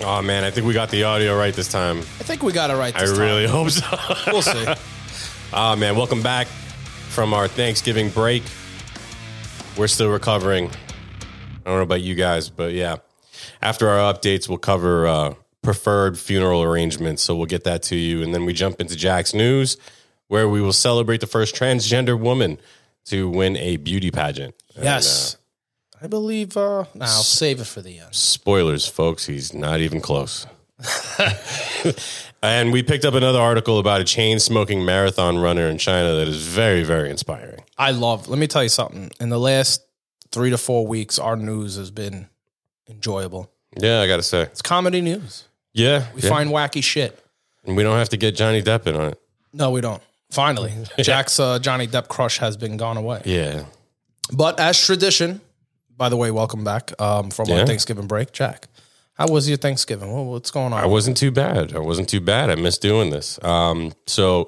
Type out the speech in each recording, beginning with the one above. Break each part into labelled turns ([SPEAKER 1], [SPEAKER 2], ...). [SPEAKER 1] Oh man, I think we got the audio right this time.
[SPEAKER 2] I think we got it right
[SPEAKER 1] I
[SPEAKER 2] this time.
[SPEAKER 1] really hope so.
[SPEAKER 2] We'll see.
[SPEAKER 1] Ah man, welcome back from our Thanksgiving break. We're still recovering. I don't know about you guys, but yeah. After our updates, we'll cover uh, preferred funeral arrangements. So we'll get that to you. And then we jump into Jack's news, where we will celebrate the first transgender woman to win a beauty pageant. And,
[SPEAKER 2] Yes. I believe uh nah, I'll save it for the end.
[SPEAKER 1] Spoilers, folks, he's not even close. and we picked up another article about a chain smoking marathon runner in China that is very, very inspiring.
[SPEAKER 2] I love. Let me tell you something. In the last 3 to 4 weeks our news has been enjoyable.
[SPEAKER 1] Yeah, I gotta say.
[SPEAKER 2] It's comedy news.
[SPEAKER 1] Yeah.
[SPEAKER 2] We
[SPEAKER 1] yeah.
[SPEAKER 2] find wacky shit.
[SPEAKER 1] and we don't have to get Johnny Depp in on it.
[SPEAKER 2] No, we don't. Finally, Jack's uh, Johnny Depp crush has been gone away.
[SPEAKER 1] Yeah.
[SPEAKER 2] But as tradition, by the way, welcome back um, from
[SPEAKER 1] Yeah.
[SPEAKER 2] our Thanksgiving break, Jack. How was your Thanksgiving? What, what's going on?
[SPEAKER 1] I wasn't too bad. I wasn't too bad. I missed doing this. Um, so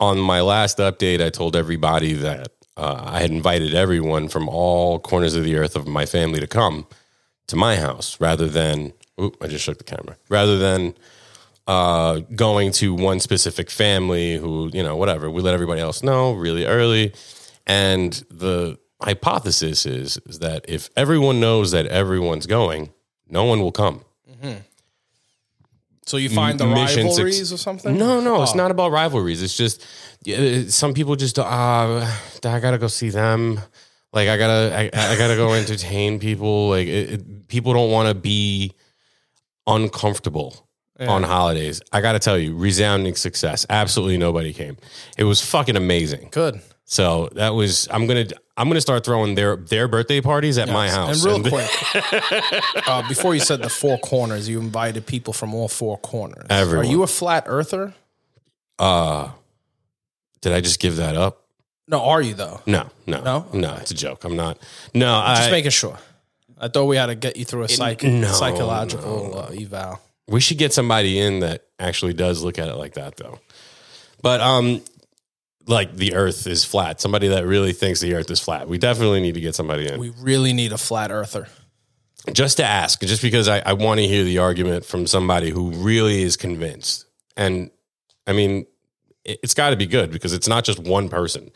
[SPEAKER 1] on my last update, I told everybody that uh, I had invited everyone from all corners of the earth of my family to come to my house rather than, oop, I just shook the camera, rather than uh, going to one specific family who, you know, whatever. We let everybody else know really early. And the hypothesis is, is that if everyone knows that everyone's going, no one will come.
[SPEAKER 2] so you find the
[SPEAKER 1] mission suc-
[SPEAKER 2] rivalries or something?
[SPEAKER 1] No, no,
[SPEAKER 2] Oh.
[SPEAKER 1] it's not about rivalries. It's just yeah, some people just uh, I gotta go see them. Like I gotta, I, I gotta go entertain people. Like it, it- people don't want to be uncomfortable on holidays. I gotta tell you, resounding success. Absolutely nobody came. It was fucking amazing.
[SPEAKER 2] Good.
[SPEAKER 1] So that was. I'm gonna, I'm gonna start throwing their their birthday parties at my house.
[SPEAKER 2] And real quick, uh, before you said the four corners, you invited people from all four corners.
[SPEAKER 1] Everyone.
[SPEAKER 2] Are you a flat earther?
[SPEAKER 1] uh, did I just give that up?
[SPEAKER 2] No, are you though?
[SPEAKER 1] No, no,
[SPEAKER 2] No?
[SPEAKER 1] no. It's a joke. I'm not. No, I,
[SPEAKER 2] Just making sure. I thought we had to get you through a psych-
[SPEAKER 1] no,
[SPEAKER 2] psychological Uh, eval.
[SPEAKER 1] We should get somebody in that actually does look at it like that, though. But um, like the Earth is flat. Somebody that really thinks the Earth is flat. We definitely need to get somebody in
[SPEAKER 2] We really need a flat earther.
[SPEAKER 1] just to ask, just because I, I want to hear the argument from somebody who really is convinced. And I mean, it, it's got to be good because it's not just one person.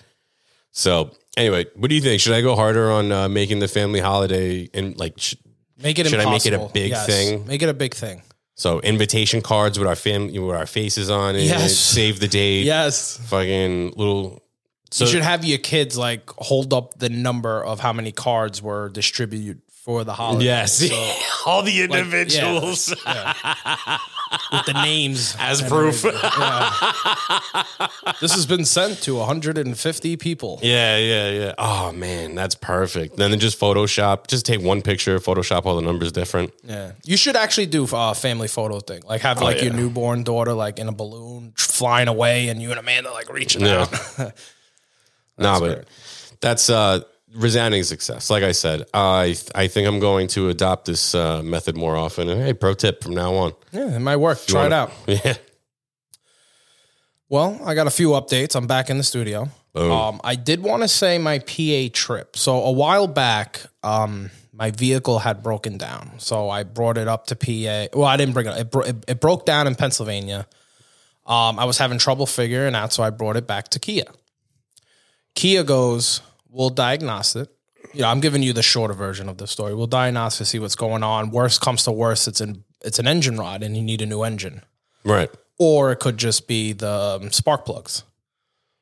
[SPEAKER 1] So anyway, what do you think? Should I go harder on uh, making the family holiday and like sh-
[SPEAKER 2] Make it
[SPEAKER 1] Should I
[SPEAKER 2] impossible.
[SPEAKER 1] make it a big thing?
[SPEAKER 2] Make it a big thing.
[SPEAKER 1] so invitation cards with our family with our faces on it?
[SPEAKER 2] Yes.
[SPEAKER 1] Save the date.
[SPEAKER 2] Yes.
[SPEAKER 1] fucking little. So
[SPEAKER 2] you should have your kids like hold up the number of how many cards were distributed for the holiday.
[SPEAKER 1] yes, all the
[SPEAKER 2] Like, yeah,
[SPEAKER 1] individuals
[SPEAKER 2] yeah. With the names.
[SPEAKER 1] as proof.
[SPEAKER 2] This has been sent to 150 people.
[SPEAKER 1] yeah, yeah, yeah. Oh man, that's perfect. Then just Photoshop. Just take one picture, Photoshop all the numbers different.
[SPEAKER 2] Yeah. You should actually do a family photo thing. Like have like your
[SPEAKER 1] yeah.
[SPEAKER 2] newborn daughter like in a balloon flying away and you and Amanda like reaching
[SPEAKER 1] Yeah.
[SPEAKER 2] out.
[SPEAKER 1] nah, but that's uh, resounding success. Like I said, I I think I'm going to adopt this uh, method more often. And hey, pro tip from now on.
[SPEAKER 2] Yeah, it might work. Try it out.
[SPEAKER 1] Yeah.
[SPEAKER 2] Well, I got a few updates. I'm back in the studio.
[SPEAKER 1] Boom.
[SPEAKER 2] Um, I did want to say my PA trip. So a while back, um, my vehicle had broken down. So I brought it up to PA. Well, I didn't bring it. up. It, bro- it, it broke down in Pennsylvania. Um, I was having trouble figuring out, so I brought it back to Kia. Kia goes, we'll diagnose it. You know, I'm giving you the shorter version of the story. We'll diagnose to see what's going on. Worst comes to worst, it's an it's an engine rod, and you need a new engine
[SPEAKER 1] Right.
[SPEAKER 2] or it could just be the um, spark plugs.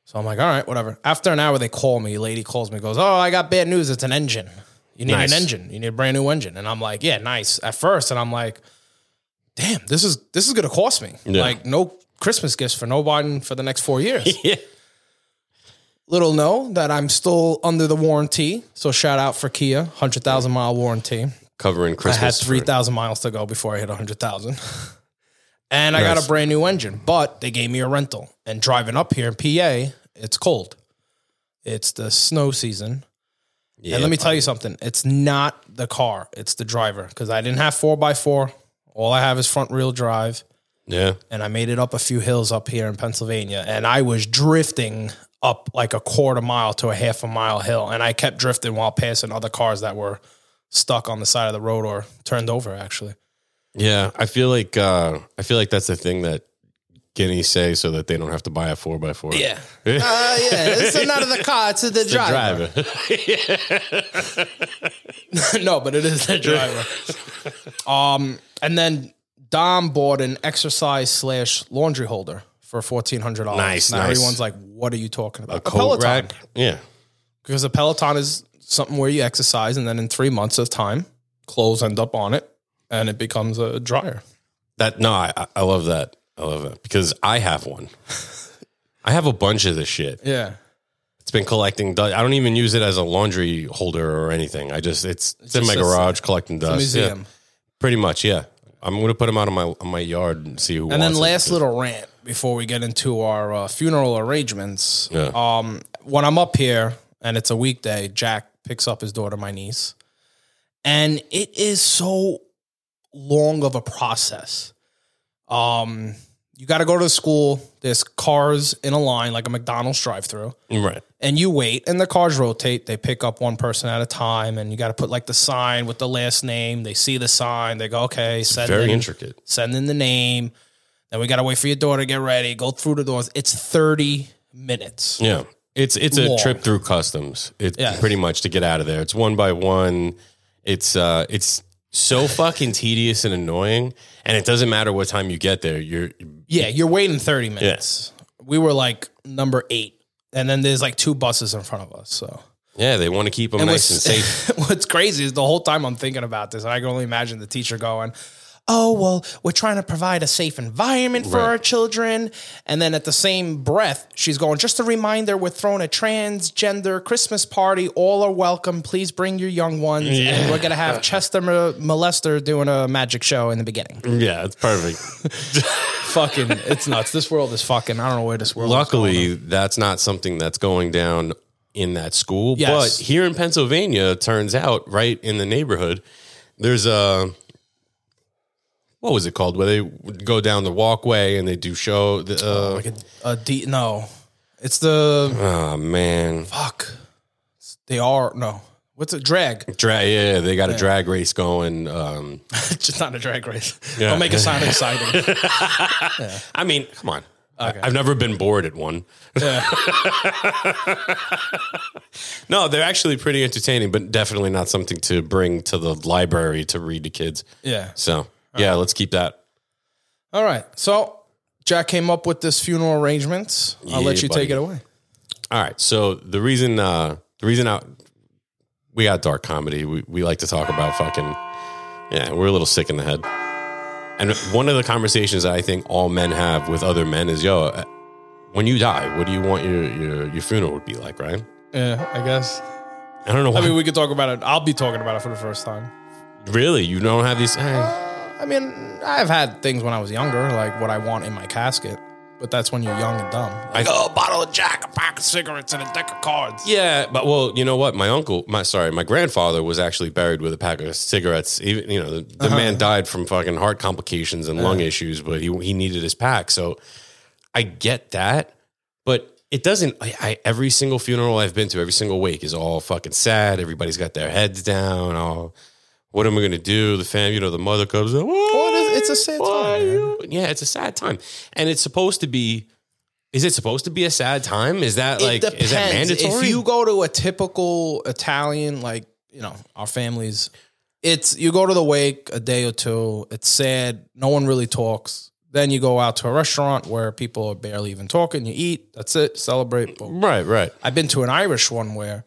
[SPEAKER 2] So I'm like, all right, whatever. After an hour, they call me. Lady calls me, goes, oh, I got bad news. It's an engine. You need
[SPEAKER 1] Nice.
[SPEAKER 2] an engine. You need a brand new engine. And I'm like, yeah, nice. At first, and I'm like, damn, this is this is gonna cost me
[SPEAKER 1] Yeah.
[SPEAKER 2] like no Christmas gifts for nobody for the next four years.
[SPEAKER 1] Yeah.
[SPEAKER 2] Little know that I'm still under the warranty. So shout out for Kia, hundred thousand mile warranty.
[SPEAKER 1] Covering
[SPEAKER 2] I had
[SPEAKER 1] Christmas.
[SPEAKER 2] three
[SPEAKER 1] for-
[SPEAKER 2] thousand miles to go before I hit hundred thousand, and I got
[SPEAKER 1] Nice.
[SPEAKER 2] a brand new engine. But they gave me a rental, and driving up here in PA, it's cold. It's the snow season,
[SPEAKER 1] Yeah.
[SPEAKER 2] and let me tell you something: it's not the car; it's the driver. Because I didn't have four x four. All I have is front wheel drive,
[SPEAKER 1] Yeah.
[SPEAKER 2] and I made it up a few hills up here in Pennsylvania, and I was drifting up like a quarter mile to a half a mile hill, and I kept drifting while passing other cars that were stuck on the side of the road or turned over actually.
[SPEAKER 1] Yeah, I feel like uh, I feel like that's the thing that Guineas say so that they don't have to buy a four by four.
[SPEAKER 2] Yeah. uh, yeah. It's not of the car, it's of the
[SPEAKER 1] The
[SPEAKER 2] driver.
[SPEAKER 1] driver.
[SPEAKER 2] no, but it is the driver. um, and then Dom bought an exercise slash laundry holder for fourteen hundred dollars.
[SPEAKER 1] Nice,
[SPEAKER 2] Now
[SPEAKER 1] nice.
[SPEAKER 2] everyone's like, "What are you talking about?" A,
[SPEAKER 1] Coat rack. Yeah.
[SPEAKER 2] because a Peloton is something where you exercise, and then in three months of time, clothes end up on it, and it becomes a dryer.
[SPEAKER 1] That no, I I- I love that. I love that because I have one. I have a bunch of this shit.
[SPEAKER 2] Yeah,
[SPEAKER 1] It's been collecting dust. I don't even use it as a laundry holder or anything. I just it's it's, in
[SPEAKER 2] just
[SPEAKER 1] my
[SPEAKER 2] a-
[SPEAKER 1] garage collecting dust.
[SPEAKER 2] museum.
[SPEAKER 1] Yeah, pretty much. Yeah, I'm gonna put them out on my on my yard and see who.
[SPEAKER 2] And then
[SPEAKER 1] wants it.
[SPEAKER 2] last little rant before we get into our uh, funeral arrangements.
[SPEAKER 1] Yeah.
[SPEAKER 2] Um, when I'm up here and it's a weekday, Jack picks up his daughter, my niece, and it is so long of a process. Um, you got to go to the school. There's cars in a line like a McDonald's drive-through
[SPEAKER 1] right.
[SPEAKER 2] and you wait and the cars rotate they pick up one person at a time and you got to put like the sign with the last name they see the sign they go okay send
[SPEAKER 1] Very
[SPEAKER 2] in,
[SPEAKER 1] intricate.
[SPEAKER 2] send in the name then we got to wait for your daughter to get ready go through the doors it's 30 minutes
[SPEAKER 1] Yeah. It's it's a
[SPEAKER 2] Long.
[SPEAKER 1] trip through customs. It's
[SPEAKER 2] Yeah.
[SPEAKER 1] pretty much to get out of there. It's one by one. It's uh it's so fucking tedious and annoying. And it doesn't matter what time you get there. You're
[SPEAKER 2] yeah you're waiting 30 minutes we were like number eight and then there's like two buses in front of us so
[SPEAKER 1] yeah, they want to keep them nice and
[SPEAKER 2] what's-
[SPEAKER 1] safe.
[SPEAKER 2] what's crazy is the whole time I'm thinking about this, and I can only imagine the teacher going, "Oh well, we're trying to provide a safe environment for
[SPEAKER 1] Right.
[SPEAKER 2] our children," and then at the same breath, she's going, "Just a reminder, we're throwing a transgender Christmas party. All are welcome. Please bring your young ones, and we're gonna have Chester Mo- Molester doing a magic show in the beginning."
[SPEAKER 1] yeah, it's perfect.
[SPEAKER 2] fucking, it's nuts. This world is fucking. I don't know where this world. is going.
[SPEAKER 1] Luckily, that's not something that's going down in that school.
[SPEAKER 2] Yes.
[SPEAKER 1] But here in Pennsylvania, it turns out, right in the neighborhood, there's a what was it called? Where they would go down the walkway and they do show the uh,
[SPEAKER 2] like a, a D. No, it's the
[SPEAKER 1] Oh man,
[SPEAKER 2] fuck. They are no. What's it? Drag.
[SPEAKER 1] drag! Yeah, they got a drag race going. Um,
[SPEAKER 2] just not a drag race.
[SPEAKER 1] Yeah.
[SPEAKER 2] Don't make it sound exciting.
[SPEAKER 1] I mean, come on. I, have never been bored at one. no, they're actually pretty entertaining, but definitely not something to bring to the library to read to kids.
[SPEAKER 2] yeah.
[SPEAKER 1] So, yeah, let's keep that.
[SPEAKER 2] All right. So Jack came up with this funeral arrangements. I'll
[SPEAKER 1] Yeah,
[SPEAKER 2] let you take
[SPEAKER 1] buddy.
[SPEAKER 2] it away.
[SPEAKER 1] All right. So the reason, uh, the reason I, we got dark comedy. We we like to talk about fucking. Yeah, we're a little sick in the head. And one of the conversations that I think all men have with other men is, yo, uh, when you die, what do you want your your, your funeral to be like, right?
[SPEAKER 2] Yeah, I guess.
[SPEAKER 1] I don't know. Why,
[SPEAKER 2] I mean, we could talk about it. I'll be talking about it for the first time.
[SPEAKER 1] really, you don't have these. eh.
[SPEAKER 2] I mean, I've had things when I was younger, like what I want in my casket, but that's when you're young and dumb. Like, oh, a bottle of Jack, a pack of cigarettes, and a deck of cards.
[SPEAKER 1] Yeah, but well, you know what? My uncle, my sorry, my grandfather was actually buried with a pack of cigarettes. Even you know, the, the
[SPEAKER 2] Uh-huh.
[SPEAKER 1] man died from fucking heart complications and lung issues, but he he needed his pack. So I get that, but it doesn't. I, I every single funeral I've been to, every single wake is all fucking sad. Everybody's got their heads down. All what am I gonna do? The fam, you know, the mother comes. Up,
[SPEAKER 2] it is- it's a sad
[SPEAKER 1] why
[SPEAKER 2] time, man."
[SPEAKER 1] you-" Yeah, it's a sad time, and it's supposed to be. Is it supposed to be a sad time? Is that like is that mandatory?
[SPEAKER 2] If you go to a typical Italian, like you know, our families, it's you go to the wake a day or two. It's sad. No one really talks. Then you go out to a restaurant where people are barely even talking. You eat. That's it. Celebrate. Boom.
[SPEAKER 1] right, right.
[SPEAKER 2] I've been to an Irish one where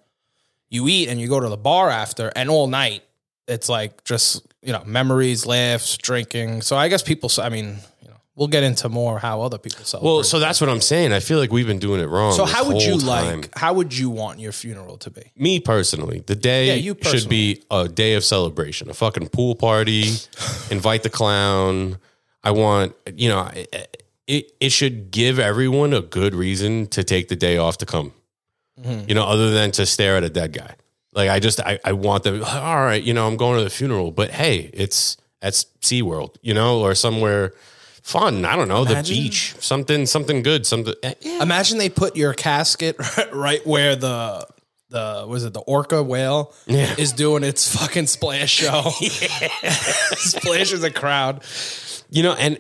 [SPEAKER 2] you eat and you go to the bar after, and all night it's like just you know memories, laughs, drinking. So I guess people. I mean, you know, we'll get into more how other people celebrate.
[SPEAKER 1] Well, so that's what I'm saying. I feel like we've been doing it wrong.
[SPEAKER 2] So
[SPEAKER 1] this
[SPEAKER 2] how would you
[SPEAKER 1] whole time.
[SPEAKER 2] like? How would you want your funeral to be?
[SPEAKER 1] me personally? The day
[SPEAKER 2] Yeah, you
[SPEAKER 1] should be a day of celebration, a fucking pool party, invite the clown. I want you know it, it. It should give everyone a good reason to take the day off to come.
[SPEAKER 2] Mm-hmm.
[SPEAKER 1] You know, other than to stare at a dead guy. Like I just I, I want them. All right, you know I'm going to the funeral, but hey, it's at SeaWorld, you know, or somewhere fun. I don't know
[SPEAKER 2] Imagine-
[SPEAKER 1] the beach, something something good, something. eh, yeah.
[SPEAKER 2] Imagine they put your casket right where the the was it the orca whale
[SPEAKER 1] Yeah.
[SPEAKER 2] is doing its fucking splash show. Splashes a crowd.
[SPEAKER 1] You know, and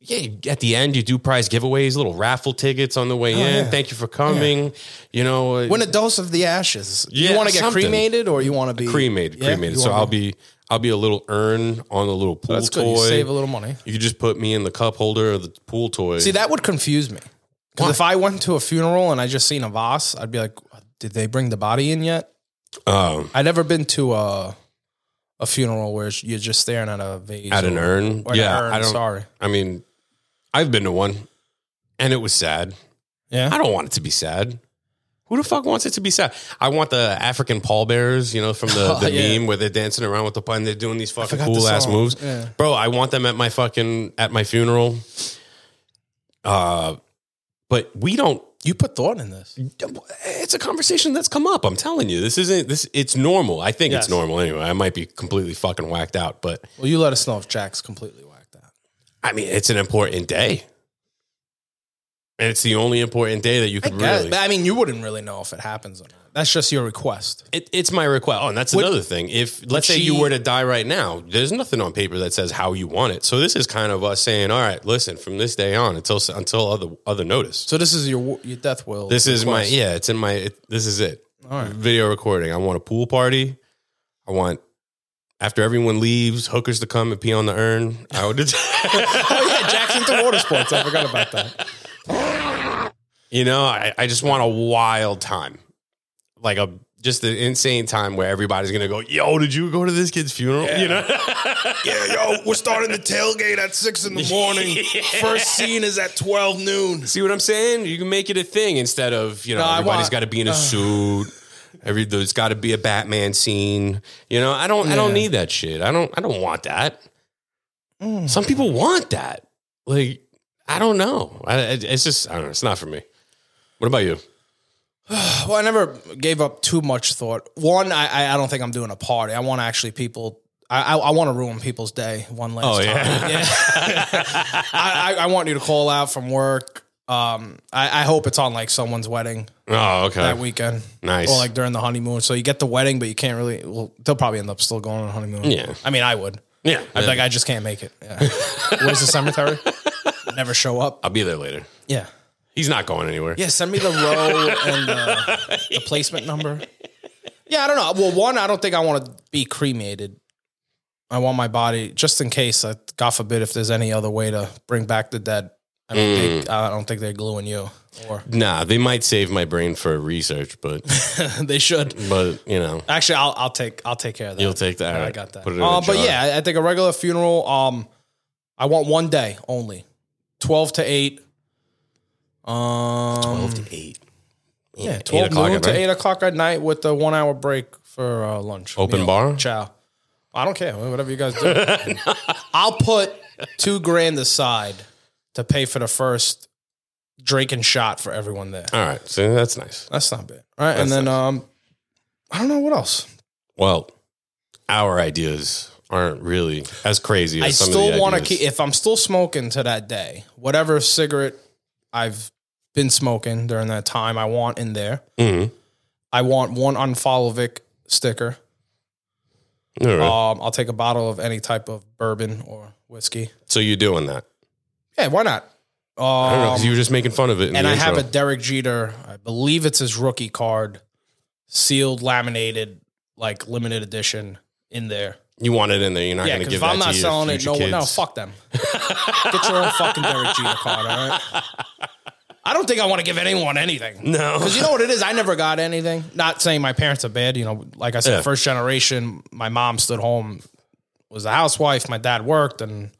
[SPEAKER 1] yeah, at the end you do prize giveaways, little raffle tickets on the way in.
[SPEAKER 2] Oh, yeah.
[SPEAKER 1] Thank you for coming. You know, uh,
[SPEAKER 2] Win a dose of the ashes.
[SPEAKER 1] Yeah,
[SPEAKER 2] you want to get
[SPEAKER 1] something.
[SPEAKER 2] cremated or you want to be
[SPEAKER 1] cremated,
[SPEAKER 2] Yeah,
[SPEAKER 1] cremated.
[SPEAKER 2] you
[SPEAKER 1] So
[SPEAKER 2] wanna
[SPEAKER 1] I'll be I'll be a little urn on a little pool
[SPEAKER 2] That's good.
[SPEAKER 1] toy.
[SPEAKER 2] You save a little money.
[SPEAKER 1] You could just put me in the cup holder of the pool toy.
[SPEAKER 2] See, that would confuse me. Because if I went to a funeral and I just seen a vase, I'd be like, did they bring the body in yet?
[SPEAKER 1] um,
[SPEAKER 2] I'd never been to a a funeral where you're just staring at a vase.
[SPEAKER 1] at an
[SPEAKER 2] or-
[SPEAKER 1] urn.
[SPEAKER 2] or an
[SPEAKER 1] yeah,
[SPEAKER 2] urn,
[SPEAKER 1] I don't.
[SPEAKER 2] Sorry.
[SPEAKER 1] I mean, I've been to one, and it was sad.
[SPEAKER 2] Yeah.
[SPEAKER 1] I don't want it to be sad. Who the fuck wants it to be sad? I want the African pallbearers, you know, from the,
[SPEAKER 2] Oh,
[SPEAKER 1] the
[SPEAKER 2] yeah.
[SPEAKER 1] meme where they're dancing around with the pun, they're doing these fucking
[SPEAKER 2] forgot the
[SPEAKER 1] cool ass
[SPEAKER 2] song.
[SPEAKER 1] moves.
[SPEAKER 2] Yeah.
[SPEAKER 1] Bro, I want them at my fucking at my funeral. Uh but we don't
[SPEAKER 2] You put thought in this.
[SPEAKER 1] it's a conversation that's come up. I'm telling you. This isn't this it's normal. I think it's
[SPEAKER 2] Yes.
[SPEAKER 1] normal anyway. I might be completely fucking whacked out, but
[SPEAKER 2] Well, you let us know if Jack's completely whacked out.
[SPEAKER 1] I mean it's an important day. And it's the only important day that you could really
[SPEAKER 2] I mean, you wouldn't really know if it happens or not. That's just your request.
[SPEAKER 1] It, it's my request. Oh, and that's
[SPEAKER 2] Would-
[SPEAKER 1] another thing. If let's say
[SPEAKER 2] she-
[SPEAKER 1] you were to die right now, there's nothing on paper that says how you want it. So this is kind of us saying, all right, listen, from this day on until until other other notice.
[SPEAKER 2] So this is your wo- your death will.
[SPEAKER 1] This is my
[SPEAKER 2] request.
[SPEAKER 1] yeah. It's in my. It, this is it.
[SPEAKER 2] All right.
[SPEAKER 1] Video recording. I want a pool party. I want after everyone leaves, hookers to come and pee on the urn. I would.
[SPEAKER 2] Oh yeah, Jack's into water sports. I forgot about that.
[SPEAKER 1] You know, I, I just want a wild time. Like a just an insane time where everybody's gonna go, yo, did you go to this kid's funeral? You know?
[SPEAKER 2] Yeah, yo, we're starting the tailgate at six in the morning. First scene is at twelve noon.
[SPEAKER 1] See what I'm saying? You can make it a thing instead of, you know,
[SPEAKER 2] No, I
[SPEAKER 1] everybody's
[SPEAKER 2] want-
[SPEAKER 1] gotta be in a suit. Every there's gotta be a Batman scene. You know, I don't I don't
[SPEAKER 2] Yeah.
[SPEAKER 1] need that shit. I don't I don't want that.
[SPEAKER 2] Mm.
[SPEAKER 1] Some people want that. Like, I don't know. I, I- it's just I don't know, it's not for me. What about you?
[SPEAKER 2] Well, I never gave up too much thought. One, I I, I don't think I'm doing a party. I want to actually people. I I, I want to ruin people's day one last time.
[SPEAKER 1] Oh, yeah.
[SPEAKER 2] I, I I want you to call out from work. Um, I, I hope it's on like someone's wedding
[SPEAKER 1] oh,
[SPEAKER 2] that
[SPEAKER 1] okay.
[SPEAKER 2] weekend.
[SPEAKER 1] Nice.
[SPEAKER 2] Or like during the honeymoon. So you get the wedding, but you can't really. Well, they'll probably end up still going on a honeymoon.
[SPEAKER 1] Yeah.
[SPEAKER 2] I mean, I would.
[SPEAKER 1] yeah.
[SPEAKER 2] I'd be like, I just can't make it. Yeah. Where's the cemetery? Never show up.
[SPEAKER 1] I'll be there later.
[SPEAKER 2] Yeah.
[SPEAKER 1] He's not going anywhere.
[SPEAKER 2] Yeah. Send me the row and the, the placement number. Yeah. I don't know. Well, one, I don't think I want to be cremated. I want my body just in case. uh, God forbid if there's any other way to bring back the dead. I don't
[SPEAKER 1] Mm.
[SPEAKER 2] think I don't think they're gluing you, or
[SPEAKER 1] Nah, they might save my brain for research, but
[SPEAKER 2] they should.
[SPEAKER 1] but you know,
[SPEAKER 2] Actually, I'll I'll take I'll take care of that.
[SPEAKER 1] you'll take that.
[SPEAKER 2] I got that.
[SPEAKER 1] Put it in
[SPEAKER 2] Uh,
[SPEAKER 1] a
[SPEAKER 2] but
[SPEAKER 1] jar.
[SPEAKER 2] yeah, I- I think a regular funeral. Um, I want one day only, twelve to eight. Um, twelve to eight. Yeah, twelve
[SPEAKER 1] o'clock
[SPEAKER 2] noon
[SPEAKER 1] at
[SPEAKER 2] to
[SPEAKER 1] night?
[SPEAKER 2] eight o'clock at night with a one hour break for uh, lunch.
[SPEAKER 1] Open
[SPEAKER 2] meal.
[SPEAKER 1] bar?
[SPEAKER 2] Chow. I don't care. Whatever you guys do, I'll put two grand aside to pay for the first drink and shot for everyone there.
[SPEAKER 1] All right, so that's nice.
[SPEAKER 2] That's not bad. All right, and
[SPEAKER 1] That's
[SPEAKER 2] then um, I don't know what else.
[SPEAKER 1] Well, our ideas aren't really as crazy. As
[SPEAKER 2] I
[SPEAKER 1] some
[SPEAKER 2] still
[SPEAKER 1] want to
[SPEAKER 2] keep. If I'm still smoking to that day, whatever cigarette I've been smoking during that time, I want in there.
[SPEAKER 1] Mhm.
[SPEAKER 2] I want one unfollow Vic sticker.
[SPEAKER 1] All right.
[SPEAKER 2] Um, I'll take a bottle of any type of bourbon or whiskey.
[SPEAKER 1] so you're doing that?
[SPEAKER 2] Yeah, why not?
[SPEAKER 1] I don't know
[SPEAKER 2] Um,
[SPEAKER 1] because you were just making fun of it. In
[SPEAKER 2] and
[SPEAKER 1] the
[SPEAKER 2] I have
[SPEAKER 1] intro.
[SPEAKER 2] a Derek Jeter. I believe it's his rookie card, sealed, laminated, like limited edition in there.
[SPEAKER 1] you want it in there. You're not
[SPEAKER 2] Yeah,
[SPEAKER 1] going to
[SPEAKER 2] because
[SPEAKER 1] give
[SPEAKER 2] if
[SPEAKER 1] that
[SPEAKER 2] I'm not
[SPEAKER 1] to
[SPEAKER 2] selling
[SPEAKER 1] your
[SPEAKER 2] it,
[SPEAKER 1] future
[SPEAKER 2] no one. No,
[SPEAKER 1] kids.
[SPEAKER 2] fuck them. Get your own fucking Derek Jeter card. All right. I don't think I want to give anyone anything.
[SPEAKER 1] No.
[SPEAKER 2] Because you know what it is? I never got anything. Not saying my parents are bad. You know, like I said,
[SPEAKER 1] Yeah.
[SPEAKER 2] first generation, my mom stood home, was a housewife. My dad worked, and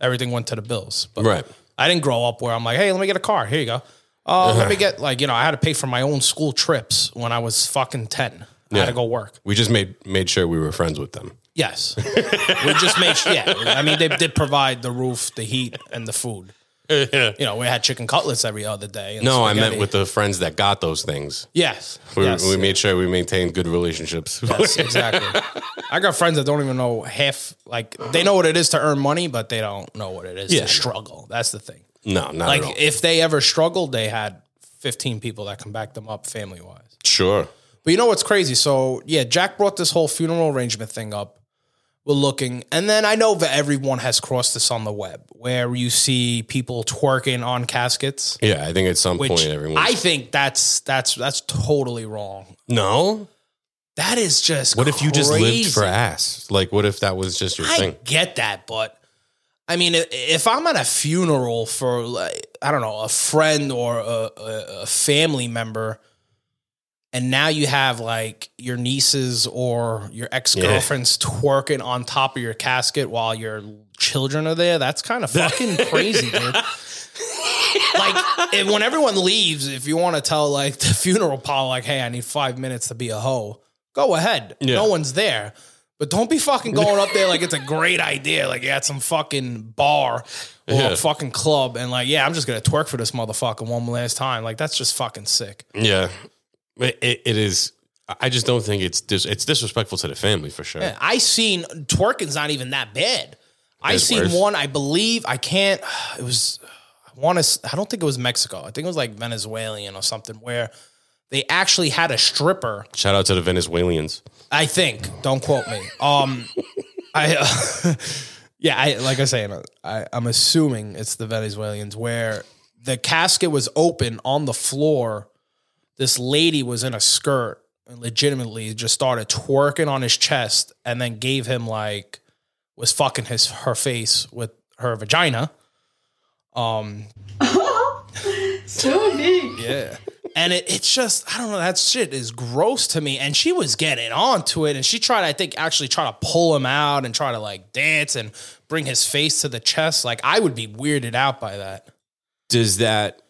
[SPEAKER 2] everything went to the bills. But
[SPEAKER 1] Right.
[SPEAKER 2] I didn't grow up where I'm like, hey, let me get a car. Here you go. Uh, Let me get, like, you know, I had to pay for my own school trips when I was fucking 10. I had
[SPEAKER 1] Yeah.
[SPEAKER 2] to go work.
[SPEAKER 1] We just made made sure we were friends with them.
[SPEAKER 2] Yes. we just made sure. Yeah. I mean, they did provide the roof, the heat, and the food. You know, we had chicken cutlets every other day. and
[SPEAKER 1] No, I meant
[SPEAKER 2] spaghetti.
[SPEAKER 1] with the friends that got those things.
[SPEAKER 2] Yes.
[SPEAKER 1] We,
[SPEAKER 2] yes.
[SPEAKER 1] we made sure we maintained good relationships.
[SPEAKER 2] exactly. I got friends that don't even know half, like, they know what it is to earn money, but they don't know what it is
[SPEAKER 1] Yeah.
[SPEAKER 2] to struggle. That's the thing.
[SPEAKER 1] no, not at all.
[SPEAKER 2] Like, if they ever struggled, they had 15 people that can back them up family wise.
[SPEAKER 1] Sure.
[SPEAKER 2] But you know what's crazy? So yeah, Jack brought this whole funeral arrangement thing up. We're looking, and then I know that everyone has crossed this on the web, where you see people twerking on caskets.
[SPEAKER 1] Yeah, I think at some
[SPEAKER 2] Which
[SPEAKER 1] point everyone.
[SPEAKER 2] I think that's that's that's totally wrong.
[SPEAKER 1] no.
[SPEAKER 2] That is just
[SPEAKER 1] What if you just lived for
[SPEAKER 2] crazy.
[SPEAKER 1] ass? Like, what if that was just your
[SPEAKER 2] I
[SPEAKER 1] thing?
[SPEAKER 2] get that, but I mean, i- if I'm at a funeral for like I don't know a friend or a, a, a family member, and now you have like your nieces or your ex girlfriends twerking on top of your casket while your children are there, that's kind of fucking crazy, dude. like if, when everyone leaves, if you want to tell like the funeral pile, like, hey, I need five minutes to be a hoe, go ahead.
[SPEAKER 1] Yeah.
[SPEAKER 2] No one's there. But don't be fucking going up there like it's a great idea. Like you had some fucking bar or
[SPEAKER 1] Yeah.
[SPEAKER 2] a fucking club and like, yeah, I'm just gonna twerk for this motherfucker one last time. Like that's just fucking sick.
[SPEAKER 1] Yeah, it, it, it is. I just don't think it's dis- it's disrespectful to the family for sure.
[SPEAKER 2] Yeah, I seen twerking's not even that bad. I
[SPEAKER 1] There's
[SPEAKER 2] seen
[SPEAKER 1] worse.
[SPEAKER 2] one. I believe I can't. It was I want to. I don't think it was Mexico. I think it was like Venezuelan or something where they actually had a stripper.
[SPEAKER 1] Shout out to the Venezuelans.
[SPEAKER 2] I think. Don't quote me. Um, I. Uh, yeah, I like I say, I, I'm assuming it's the Venezuelans where the casket was open on the floor. This lady was in a skirt and legitimately just started twerking on his chest and then gave him like was fucking his her face with her vagina. Um,
[SPEAKER 3] So deep.
[SPEAKER 2] yeah. And it, it's just, I don't know, that shit is gross to me. And she was getting onto it. And she tried, I think, actually try to pull him out and try to like dance and bring his face to the chest. Like, I would be weirded out by that.
[SPEAKER 1] Does that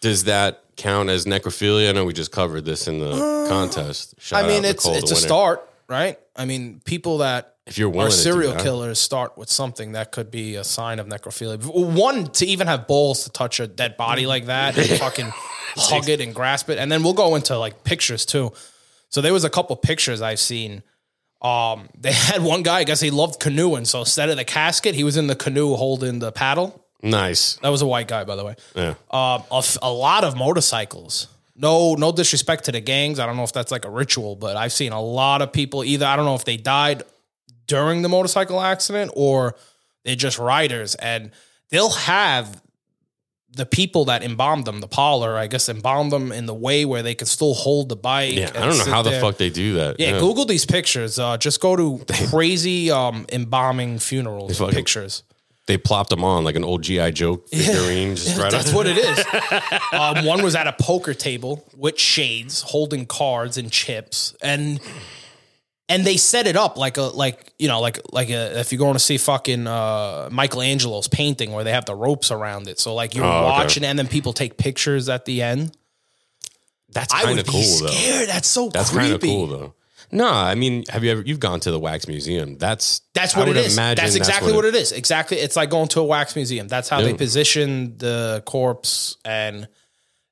[SPEAKER 1] does that count as necrophilia? I know we just covered this in the contest. Shout
[SPEAKER 2] Uh, I mean,
[SPEAKER 1] out
[SPEAKER 2] it's,
[SPEAKER 1] Nicole,
[SPEAKER 2] it's
[SPEAKER 1] the
[SPEAKER 2] a
[SPEAKER 1] winner.
[SPEAKER 2] start, right? I mean, people that
[SPEAKER 1] If you're willing
[SPEAKER 2] are
[SPEAKER 1] to do
[SPEAKER 2] serial
[SPEAKER 1] that.
[SPEAKER 2] killers start with something that could be a sign of necrophilia. One, to even have balls to touch a dead body like that and fucking hug it and grasp it. And then we'll go into like pictures too. So there was a couple pictures I've seen. Um, they had one guy, I guess he loved canoeing. So instead of the casket, he was in the canoe holding the paddle.
[SPEAKER 1] nice.
[SPEAKER 2] That was a white guy, by the way.
[SPEAKER 1] Yeah,
[SPEAKER 2] Um, a, f- a lot of motorcycles. No, no disrespect to the gangs. I don't know if that's like a ritual, but I've seen a lot of people either. I don't know if they died during the motorcycle accident or they're just riders, and they'll have the people that embalmed them, the parlor, I guess, embalmed them in the way where they can still hold the bike.
[SPEAKER 1] yeah. I
[SPEAKER 2] and
[SPEAKER 1] don't know
[SPEAKER 2] sit
[SPEAKER 1] how the
[SPEAKER 2] there.
[SPEAKER 1] fuck they do that.
[SPEAKER 2] Yeah, Google these pictures. Uh, just go to crazy um, embalming funerals
[SPEAKER 1] fucking-
[SPEAKER 2] pictures.
[SPEAKER 1] They plopped them on like an old GI Joe figurine. Just right
[SPEAKER 2] That's
[SPEAKER 1] on.
[SPEAKER 2] what it is. um, one was at a poker table with shades, holding cards and chips, and and they set it up like a like you know like like a, if you're going to see fucking uh, Michelangelo's painting where they have the ropes around it. So like you're
[SPEAKER 1] Oh, okay.
[SPEAKER 2] watching, and then people take pictures at the end.
[SPEAKER 1] That's
[SPEAKER 2] I
[SPEAKER 1] kind of
[SPEAKER 2] would be
[SPEAKER 1] cool though.
[SPEAKER 2] scared. That's so
[SPEAKER 1] That's kind
[SPEAKER 2] creepy.
[SPEAKER 1] of cool though. No, I mean, have you ever? You've gone to the wax museum. That's
[SPEAKER 2] That's
[SPEAKER 1] I
[SPEAKER 2] what it
[SPEAKER 1] would
[SPEAKER 2] is.
[SPEAKER 1] imagine
[SPEAKER 2] That's exactly
[SPEAKER 1] it-
[SPEAKER 2] what, it is. Exactly. It's like going to a wax museum. That's how they
[SPEAKER 1] Yeah.
[SPEAKER 2] position the corpse and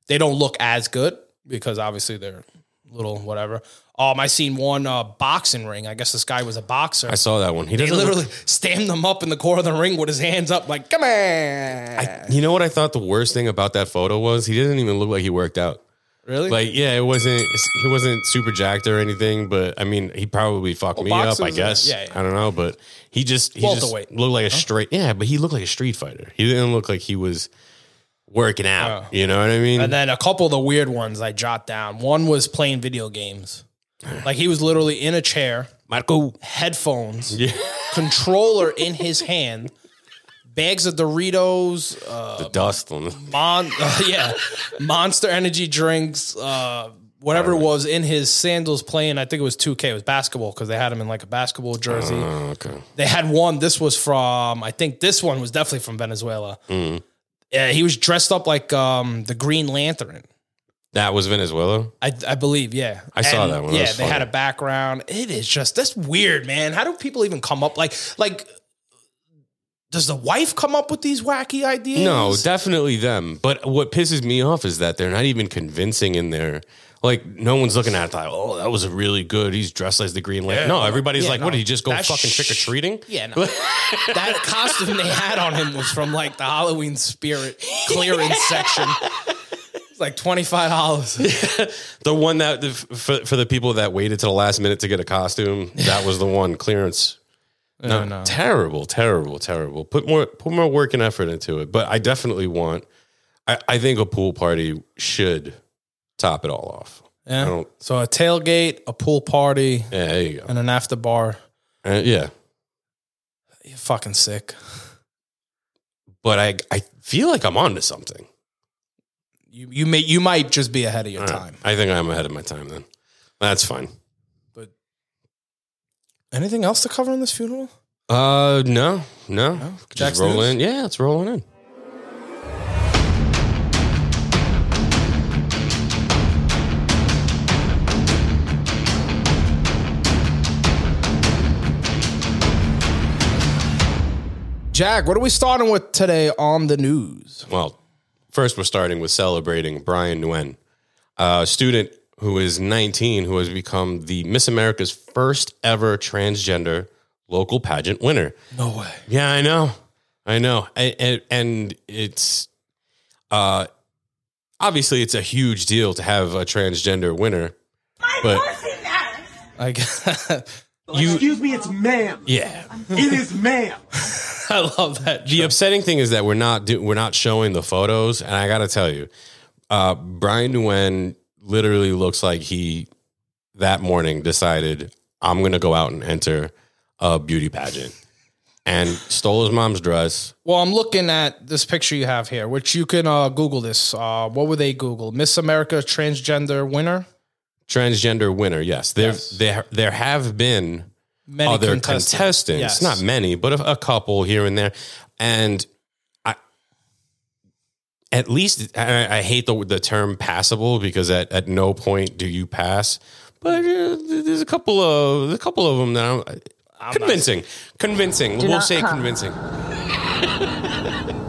[SPEAKER 2] they don't look as good because obviously they're little whatever. Um, I seen one uh, boxing ring. I guess this guy was a boxer.
[SPEAKER 1] I saw that one. He
[SPEAKER 2] he
[SPEAKER 1] doesn't
[SPEAKER 2] literally stamped them up in the corner of the ring with his hands up, like, come on.
[SPEAKER 1] I, you know what I thought the worst thing about that photo was? He didn't even look like he worked out.
[SPEAKER 2] really?
[SPEAKER 1] Like, yeah, it wasn't. it's- He wasn't super jacked or anything. But I mean, he probably fucked me up. I
[SPEAKER 2] boxers,
[SPEAKER 1] guess.
[SPEAKER 2] yeah, yeah.
[SPEAKER 1] I don't know, but he just he just
[SPEAKER 2] Welterweight.
[SPEAKER 1] looked like a straight. Yeah, but he looked like a street fighter. He didn't look like he was working out. You know what I mean?
[SPEAKER 2] Oh. And then a couple of the weird ones I jot down. One was playing video games. Like he was literally in a chair,
[SPEAKER 1] Marco.
[SPEAKER 2] headphones,
[SPEAKER 1] Yeah.
[SPEAKER 2] controller in his hand, bags of Doritos, uh,
[SPEAKER 1] The dust on.
[SPEAKER 2] mon- uh, yeah, Monster Energy drinks, uh, whatever it was in his sandals playing. I think it was 2K. It was basketball because they had him in like a basketball jersey.
[SPEAKER 1] Oh, okay.
[SPEAKER 2] They had one. This was from, I think this one was definitely from Venezuela. Uh, he was dressed up like um, the Green Lantern.
[SPEAKER 1] That was Venezuela.
[SPEAKER 2] I, I believe, yeah.
[SPEAKER 1] I saw that one. That
[SPEAKER 2] Yeah,
[SPEAKER 1] was
[SPEAKER 2] they had
[SPEAKER 1] funny.
[SPEAKER 2] a background. It is just that's weird, man. How do people even come up like like? Does the wife come up with these wacky ideas?
[SPEAKER 1] No, definitely them. But what pisses me off is that they're not even convincing in their like no one's looking at it like, oh, that was a really good. He's dressed as the Green Lantern. No, everybody's
[SPEAKER 2] Yeah,
[SPEAKER 1] like,
[SPEAKER 2] no.
[SPEAKER 1] what did he just go
[SPEAKER 2] That's
[SPEAKER 1] fucking
[SPEAKER 2] sh-
[SPEAKER 1] trick or treating?
[SPEAKER 2] yeah, no. that costume they had on him was from like the Halloween spirit clearance section. It's like twenty five dollars.
[SPEAKER 1] The one that for, for the people that waited to the last minute to get a costume, that was the one clearance. No, terrible, terrible, terrible. Put more put more work and effort into it. But I definitely want. I, I think a pool party should top it all off. I
[SPEAKER 2] Yeah.
[SPEAKER 1] don't-
[SPEAKER 2] So a tailgate, a pool party,
[SPEAKER 1] Yeah, there you go.
[SPEAKER 2] and an after bar.
[SPEAKER 1] Uh, yeah,
[SPEAKER 2] You're fucking sick.
[SPEAKER 1] but I I feel like I'm onto something.
[SPEAKER 2] You you may you might just be ahead of your
[SPEAKER 1] All right.
[SPEAKER 2] time.
[SPEAKER 1] I think I'm ahead of my time. Then that's fine.
[SPEAKER 2] Anything else to cover in this funeral?
[SPEAKER 1] Uh, no, no. Just
[SPEAKER 2] Jack's
[SPEAKER 1] roll
[SPEAKER 2] news?
[SPEAKER 1] in. Yeah, it's rolling in.
[SPEAKER 2] Jack, what are we starting with today on the news?
[SPEAKER 1] Well, first we're starting with celebrating Brian Nguyen, a student who is 19 who has become the Miss America's first ever transgender local pageant winner.
[SPEAKER 2] No way.
[SPEAKER 1] Yeah, I know. I know. And, and it's uh obviously it's a huge deal to have a transgender winner. But
[SPEAKER 2] I guess,
[SPEAKER 3] Excuse me, it's ma'am.
[SPEAKER 1] yeah,
[SPEAKER 3] It is ma'am.
[SPEAKER 2] I love that.
[SPEAKER 1] the upsetting thing is that we're not do, we're not showing the photos, and I got to tell you, uh, Brian Nguyen literally looks like he that morning decided I'm gonna go out and enter a beauty pageant, and stole his mom's dress.
[SPEAKER 2] Well, I'm looking at this picture you have here, which you can uh, Google this. Uh, what would they Google? Miss America transgender winner.
[SPEAKER 1] Transgender winner, yes. There, there, there have been
[SPEAKER 2] Many
[SPEAKER 1] other
[SPEAKER 2] contestants.
[SPEAKER 1] contestants,
[SPEAKER 2] Yes.
[SPEAKER 1] not many, but a, a couple here and there, and I, at least I, I hate the the term passable because at, at no point do you pass, but uh, there's a couple of there's a couple of them that I'm, convincing, convincing. we'll
[SPEAKER 4] not
[SPEAKER 1] say
[SPEAKER 4] come.
[SPEAKER 1] convincing.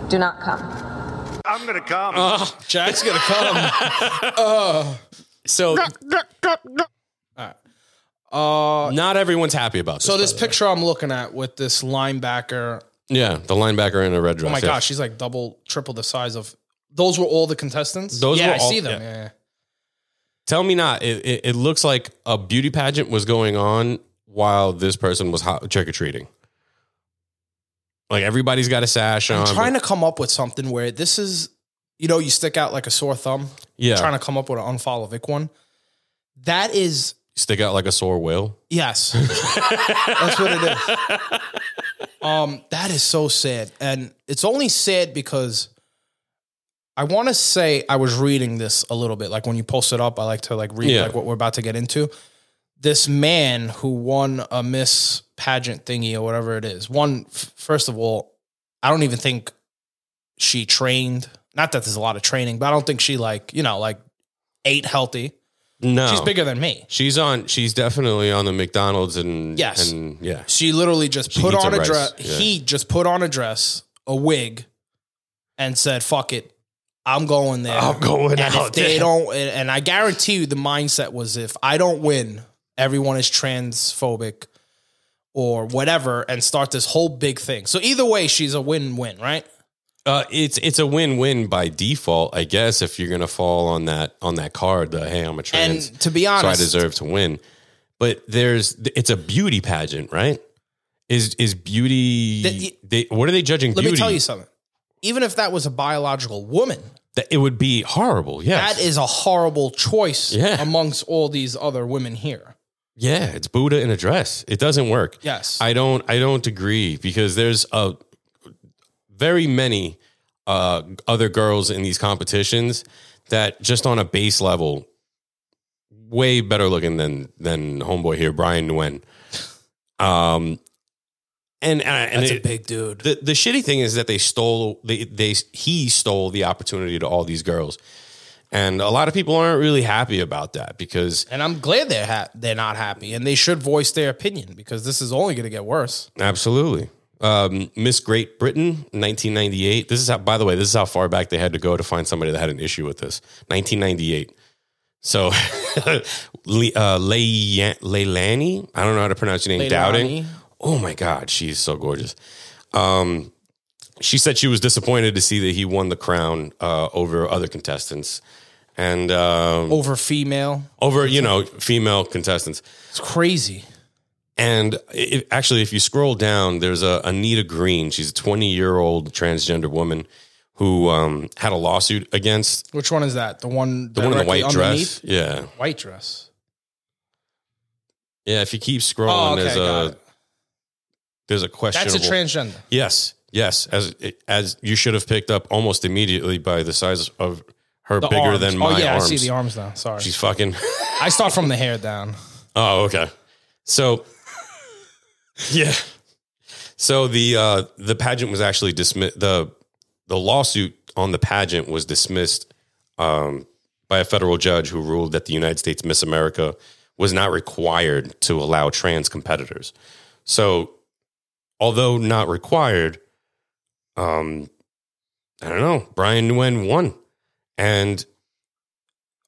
[SPEAKER 4] Do not come.
[SPEAKER 3] I'm gonna come.
[SPEAKER 2] Jack's gonna come.
[SPEAKER 1] So
[SPEAKER 2] uh,
[SPEAKER 1] not everyone's happy about this.
[SPEAKER 2] so this
[SPEAKER 1] by the way.
[SPEAKER 2] picture I'm looking at with this linebacker.
[SPEAKER 1] yeah, the linebacker in a red dress.
[SPEAKER 2] Oh my
[SPEAKER 1] yeah.
[SPEAKER 2] gosh, she's like double, triple the size of. Those were all the contestants.
[SPEAKER 1] Those
[SPEAKER 2] yeah,
[SPEAKER 1] were
[SPEAKER 2] I
[SPEAKER 1] all-
[SPEAKER 2] see them.
[SPEAKER 1] yeah.
[SPEAKER 2] Yeah. yeah.
[SPEAKER 1] Tell me not. It, it, it looks like a beauty pageant was going on while this person was trick or treating. Like everybody's got a sash on.
[SPEAKER 2] I'm
[SPEAKER 1] but-
[SPEAKER 2] trying to come up with something where this is, you know, you stick out like a sore thumb.
[SPEAKER 1] yeah,
[SPEAKER 2] Trying to come up with an unfollow Vic one. That is
[SPEAKER 1] stick out like a sore whale.
[SPEAKER 2] Yes. That's what it is. Um, that is so sad. And it's only sad because I want to say I was reading this a little bit. Like when you post it up, I like to like read
[SPEAKER 1] Yeah.
[SPEAKER 2] like what we're about to get into. This man who won a Miss pageant thingy or whatever it is. One, f- first of all, I don't even think she trained. Not that there's a lot of training, but I don't think she like, you know, like ate healthy.
[SPEAKER 1] No,
[SPEAKER 2] She's bigger than me.
[SPEAKER 1] She's on. She's definitely on the McDonald's and
[SPEAKER 2] Yes.
[SPEAKER 1] and yeah,
[SPEAKER 2] She literally just put
[SPEAKER 1] eats
[SPEAKER 2] on
[SPEAKER 1] a
[SPEAKER 2] a
[SPEAKER 1] rice,
[SPEAKER 2] dress.
[SPEAKER 1] yeah.
[SPEAKER 2] He just put on a dress, a wig, and said, "Fuck it, I'm going there."
[SPEAKER 1] I'm going
[SPEAKER 2] and
[SPEAKER 1] out
[SPEAKER 2] If they
[SPEAKER 1] there.
[SPEAKER 2] don't, and and I guarantee you, the mindset was, if I don't win, everyone is transphobic or whatever, and start this whole big thing. So either way, she's a win-win, right?
[SPEAKER 1] Uh, it's it's a win win by default, I guess. If you're gonna fall on that on that card, the hey, I'm a trans,
[SPEAKER 2] And to be
[SPEAKER 1] so I
[SPEAKER 2] honest,
[SPEAKER 1] deserve to win. But there's it's a beauty pageant, right? Is is beauty?
[SPEAKER 2] That-
[SPEAKER 1] they, what are they judging?
[SPEAKER 2] let
[SPEAKER 1] beauty?
[SPEAKER 2] me tell you something. Even if that was a biological woman,
[SPEAKER 1] that it would be horrible. Yes.
[SPEAKER 2] that is a horrible choice
[SPEAKER 1] Yeah.
[SPEAKER 2] amongst all these other women here.
[SPEAKER 1] yeah, it's Buddha in a dress. It doesn't work.
[SPEAKER 2] Yes.
[SPEAKER 1] I don't I don't agree because there's a very many uh, other girls in these competitions that just on a base level way better looking than than homeboy here Brian Nguyen. Um and and, and
[SPEAKER 2] That's
[SPEAKER 1] it-
[SPEAKER 2] a big dude.
[SPEAKER 1] the the shitty thing is that they stole they they he stole the opportunity to all these girls. And a lot of people aren't really happy about that because
[SPEAKER 2] And I'm glad they're ha- they're not happy, and they should voice their opinion because this is only going to get worse.
[SPEAKER 1] Absolutely. Um, Miss Great Britain, 1998. This is how, by the way, this is how far back they had to go to find somebody that had an issue with this. 1998. So, Le, uh, Le, Leilani, I don't know how to pronounce your name.
[SPEAKER 2] Leilani.
[SPEAKER 1] Doubting. Oh my God, she's so gorgeous. Um, she said she was disappointed to see that he won the crown uh, over other contestants and um
[SPEAKER 2] over female.
[SPEAKER 1] over you know female contestants.
[SPEAKER 2] It's crazy.
[SPEAKER 1] And it, actually, if you scroll down, there's a Anita Green. She's a 20 year old transgender woman who um, had a lawsuit against
[SPEAKER 2] Which one is that? The one
[SPEAKER 1] the one in the white dress. Yeah,
[SPEAKER 2] White dress.
[SPEAKER 1] yeah. If you keep scrolling,
[SPEAKER 2] Oh, okay,
[SPEAKER 1] there's
[SPEAKER 2] got
[SPEAKER 1] a
[SPEAKER 2] it.
[SPEAKER 1] there's a question.
[SPEAKER 2] That's a transgender.
[SPEAKER 1] Yes, yes. As as you should have picked up almost immediately by the size of her
[SPEAKER 2] The
[SPEAKER 1] bigger
[SPEAKER 2] arms.
[SPEAKER 1] than my
[SPEAKER 2] Oh yeah,
[SPEAKER 1] arms.
[SPEAKER 2] I see the arms now. Sorry,
[SPEAKER 1] She's fucking.
[SPEAKER 2] I start from the hair down.
[SPEAKER 1] Oh, okay. So, yeah. So the uh, the pageant was actually dismissed. the The lawsuit on the pageant was dismissed um, by a federal judge who ruled that the United States Miss America was not required to allow trans competitors. So, although not required, um, I don't know. Brian Nguyen won, and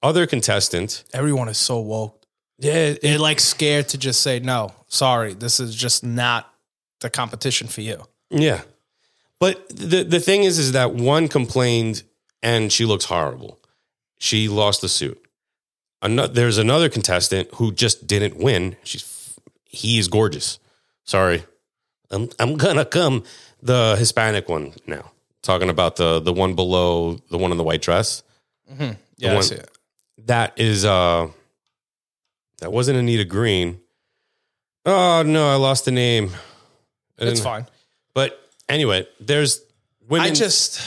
[SPEAKER 1] other contestant.
[SPEAKER 2] Everyone is so woke.
[SPEAKER 1] Yeah,
[SPEAKER 2] They're like scared to just say no. Sorry, this is just not the competition for you.
[SPEAKER 1] Yeah. But the the thing is is that one complained and she looks horrible. She lost the suit. Ano- there's another contestant who just didn't win. She's he is gorgeous. Sorry. I'm I'm gonna come the Hispanic one now. Talking about the the one below the one in the white dress.
[SPEAKER 2] Yeah,
[SPEAKER 1] one-
[SPEAKER 2] I see it.
[SPEAKER 1] That is uh that wasn't Anita Green. Oh no, I lost the name. I
[SPEAKER 2] It's
[SPEAKER 1] didn't-
[SPEAKER 2] fine.
[SPEAKER 1] But anyway, there's women.
[SPEAKER 2] I just,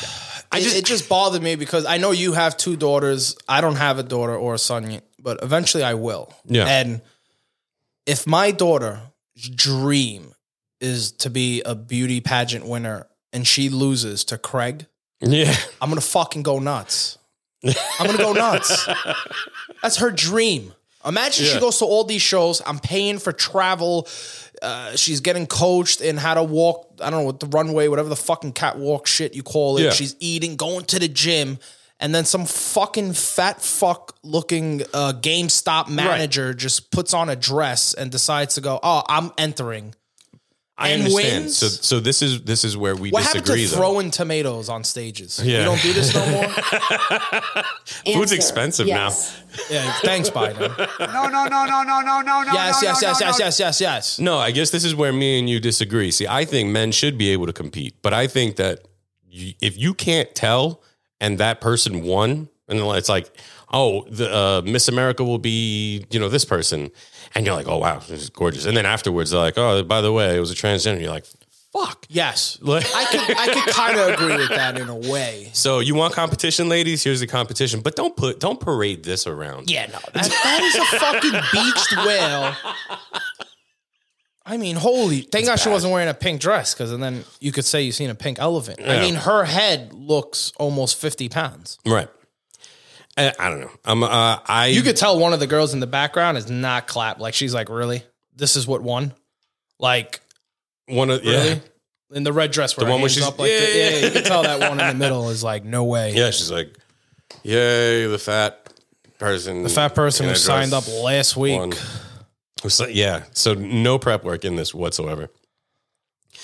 [SPEAKER 2] I
[SPEAKER 1] just-
[SPEAKER 2] just, it just bothered me because I know you have two daughters. I don't have a daughter or a son yet, but eventually I will.
[SPEAKER 1] Yeah.
[SPEAKER 2] And if my daughter's dream is to be a beauty pageant winner and she loses to Craig,
[SPEAKER 1] yeah,
[SPEAKER 2] I'm gonna fucking go nuts. I'm gonna go nuts. That's her dream. Imagine
[SPEAKER 1] Yeah.
[SPEAKER 2] she goes to all these shows. I'm paying for travel. Uh, she's getting coached in how to walk. I don't know what the runway, whatever the fucking catwalk shit you call it.
[SPEAKER 1] Yeah.
[SPEAKER 2] She's eating, going to the gym, and then some fucking fat fuck looking uh, GameStop manager just puts on a dress and decides to go. Oh, I'm entering.
[SPEAKER 1] I
[SPEAKER 2] And
[SPEAKER 1] understand.
[SPEAKER 2] wins?
[SPEAKER 1] So, so this is this is where we
[SPEAKER 2] What
[SPEAKER 1] disagree.
[SPEAKER 2] happened to
[SPEAKER 1] though.
[SPEAKER 2] throwing tomatoes on stages?
[SPEAKER 1] Yeah.
[SPEAKER 2] We don't do this no more.
[SPEAKER 1] Food's expensive now.
[SPEAKER 2] yeah, thanks, Biden.
[SPEAKER 3] No, no, no, no, no, no, no, no.
[SPEAKER 2] Yes,
[SPEAKER 3] no,
[SPEAKER 2] yes,
[SPEAKER 3] no,
[SPEAKER 2] yes,
[SPEAKER 3] no,
[SPEAKER 2] yes,
[SPEAKER 3] no.
[SPEAKER 2] yes, yes, yes.
[SPEAKER 1] No, I guess this is where me and you disagree. See, I think men should be able to compete, but I think that you, if you can't tell and that person won, and it's like, oh, the uh, Miss America will be, you know, this person, and you're like, oh wow, this is gorgeous, and then afterwards they're like, oh, by the way, it was a transgender. You're like, fuck.
[SPEAKER 2] Yes.
[SPEAKER 1] Like-
[SPEAKER 2] I could I could kind of agree with that in a way.
[SPEAKER 1] So you want competition, ladies? Here's the competition, but don't put don't parade this around.
[SPEAKER 2] Yeah, no. That, that is a fucking beached whale. I mean, holy. Thank God she wasn't wearing a pink dress because then you could say you've seen a pink elephant. I
[SPEAKER 1] Yeah.
[SPEAKER 2] mean, her head looks almost 50 pounds.
[SPEAKER 1] Right. I, I don't know. I'm uh, I
[SPEAKER 2] You could tell one of the girls in the background is not clapped. Like, she's like, really? This is what won? Like,
[SPEAKER 1] one of yeah.
[SPEAKER 2] really? In the red dress, where
[SPEAKER 1] The
[SPEAKER 2] the
[SPEAKER 1] one
[SPEAKER 2] one
[SPEAKER 1] where
[SPEAKER 2] was
[SPEAKER 1] she's-
[SPEAKER 2] up like
[SPEAKER 1] yeah,
[SPEAKER 2] thi-
[SPEAKER 1] yeah,
[SPEAKER 2] yeah, you can tell that one in the middle is like, no way.
[SPEAKER 1] Yeah, she's like, yay, the fat person. The
[SPEAKER 2] Fat person who signed up last week.
[SPEAKER 1] yeah, so no prep work in this whatsoever.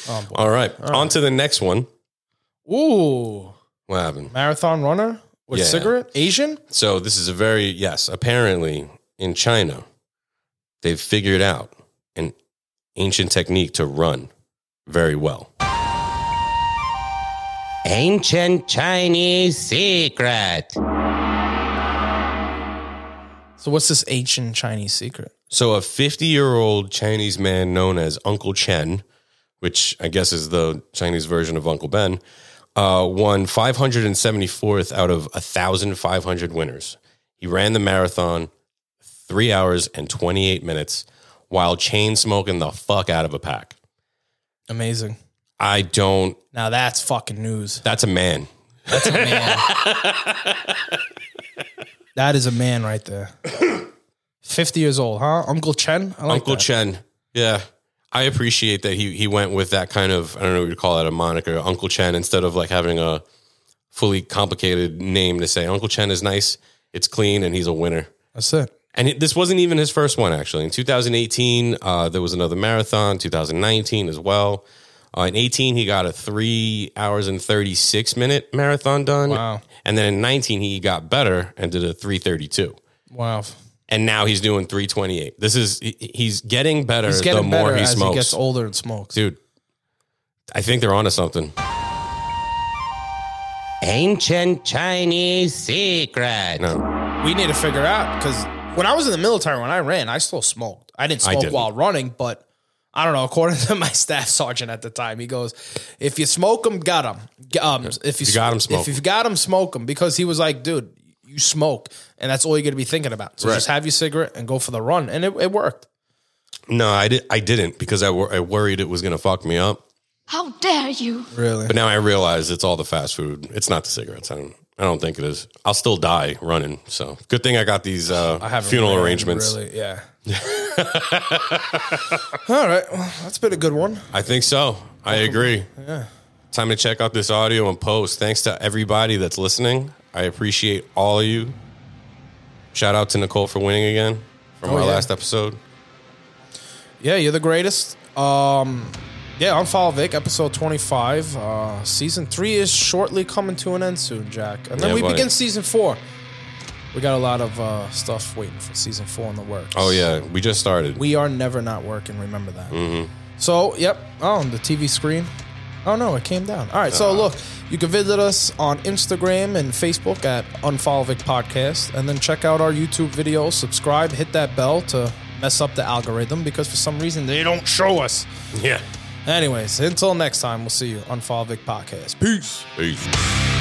[SPEAKER 2] Oh, boy.
[SPEAKER 1] All right, on to the next one.
[SPEAKER 2] Ooh,
[SPEAKER 1] What happened?
[SPEAKER 2] marathon runner with
[SPEAKER 1] Yeah.
[SPEAKER 2] cigarette, Asian.
[SPEAKER 1] So this is a very yes. Apparently, in China, they've figured out an ancient technique to run very well.
[SPEAKER 4] Ancient Chinese secret.
[SPEAKER 2] So what's this ancient Chinese secret?
[SPEAKER 1] So a 50 year old Chinese man known as Uncle Chen, which I guess is the Chinese version of Uncle Ben, uh, won 574th out of 1,500 winners. He ran the marathon three hours and 28 minutes while chain smoking the fuck out of a pack.
[SPEAKER 2] Amazing.
[SPEAKER 1] I don't,
[SPEAKER 2] Now that's fucking news.
[SPEAKER 1] that's a man.
[SPEAKER 2] That's a man. that is a man right there. Fifty years old, huh? Uncle Chen. I like
[SPEAKER 1] Uncle
[SPEAKER 2] that.
[SPEAKER 1] Chen. Yeah. I appreciate that he he went with that kind of I don't know what you call that a moniker, Uncle Chen, instead of like having a fully complicated name to say Uncle Chen is nice, it's clean, and he's a winner.
[SPEAKER 2] That's it.
[SPEAKER 1] And it, this wasn't even his first one actually. In 2018, uh, there was another marathon. 2019 as well. Uh, in 18, he got a three hours and 36 minute marathon done.
[SPEAKER 2] Wow.
[SPEAKER 1] And then in 19, he got better and did a 332.
[SPEAKER 2] Wow.
[SPEAKER 1] And now he's doing 328. This is, he- he's getting better
[SPEAKER 2] He's getting
[SPEAKER 1] the
[SPEAKER 2] better
[SPEAKER 1] more he
[SPEAKER 2] as
[SPEAKER 1] smokes.
[SPEAKER 2] he gets older and smokes.
[SPEAKER 1] Dude, I think they're onto something.
[SPEAKER 4] Ancient Chinese secret.
[SPEAKER 1] No.
[SPEAKER 2] We need to figure out because when I was in the military, when I ran, I still smoked. I didn't
[SPEAKER 1] I
[SPEAKER 2] smoke
[SPEAKER 1] didn't.
[SPEAKER 2] while running, but I don't know. According to my staff sergeant at the time, he goes, "If you smoke 'em, got 'em. G- Um, if you,
[SPEAKER 1] You got 'em,
[SPEAKER 2] sm-
[SPEAKER 1] smoke
[SPEAKER 2] If you've got 'em, smoke 'em." Because he was like, "Dude, you smoke, and that's all you're going to be thinking about. So just have your cigarette and go for the run." And it, it worked.
[SPEAKER 1] No, I, did, I didn't because I, wor- I worried it was going to fuck me up.
[SPEAKER 5] How dare you?
[SPEAKER 2] Really?
[SPEAKER 1] But now I realize it's all the fast food. It's not the cigarettes. I don't, I don't think it is. I'll still die running. So good thing I got these uh, funeral arrangements.
[SPEAKER 2] Really, yeah. all right. Well, that's been a good one.
[SPEAKER 1] I think so. I agree. Time to check out this audio and post. Thanks to everybody that's listening. I appreciate all of you. Shout out to Nicole for winning again from
[SPEAKER 2] Oh,
[SPEAKER 1] our
[SPEAKER 2] yeah.
[SPEAKER 1] last episode.
[SPEAKER 2] Yeah, you're the greatest. Um, yeah, Unfollow Vic, episode 25. Uh, season three is shortly coming to an end soon, Jack. And then
[SPEAKER 1] Yeah,
[SPEAKER 2] we
[SPEAKER 1] buddy.
[SPEAKER 2] begin season four. We got a lot of uh, stuff waiting for season four in the works.
[SPEAKER 1] Oh yeah, we just started.
[SPEAKER 2] We are never not working, remember that. So, yep. Oh, and the TV screen. Oh, no, it came down. All right, so look, you can visit us on Instagram and Facebook at Unfollow Vic Podcast. And then check out our YouTube videos, subscribe, hit that bell to mess up the algorithm because for some reason they don't show us.
[SPEAKER 1] yeah.
[SPEAKER 2] Anyways, until next time, we'll see you on Fall Vic Podcast. Peace.
[SPEAKER 1] Peace.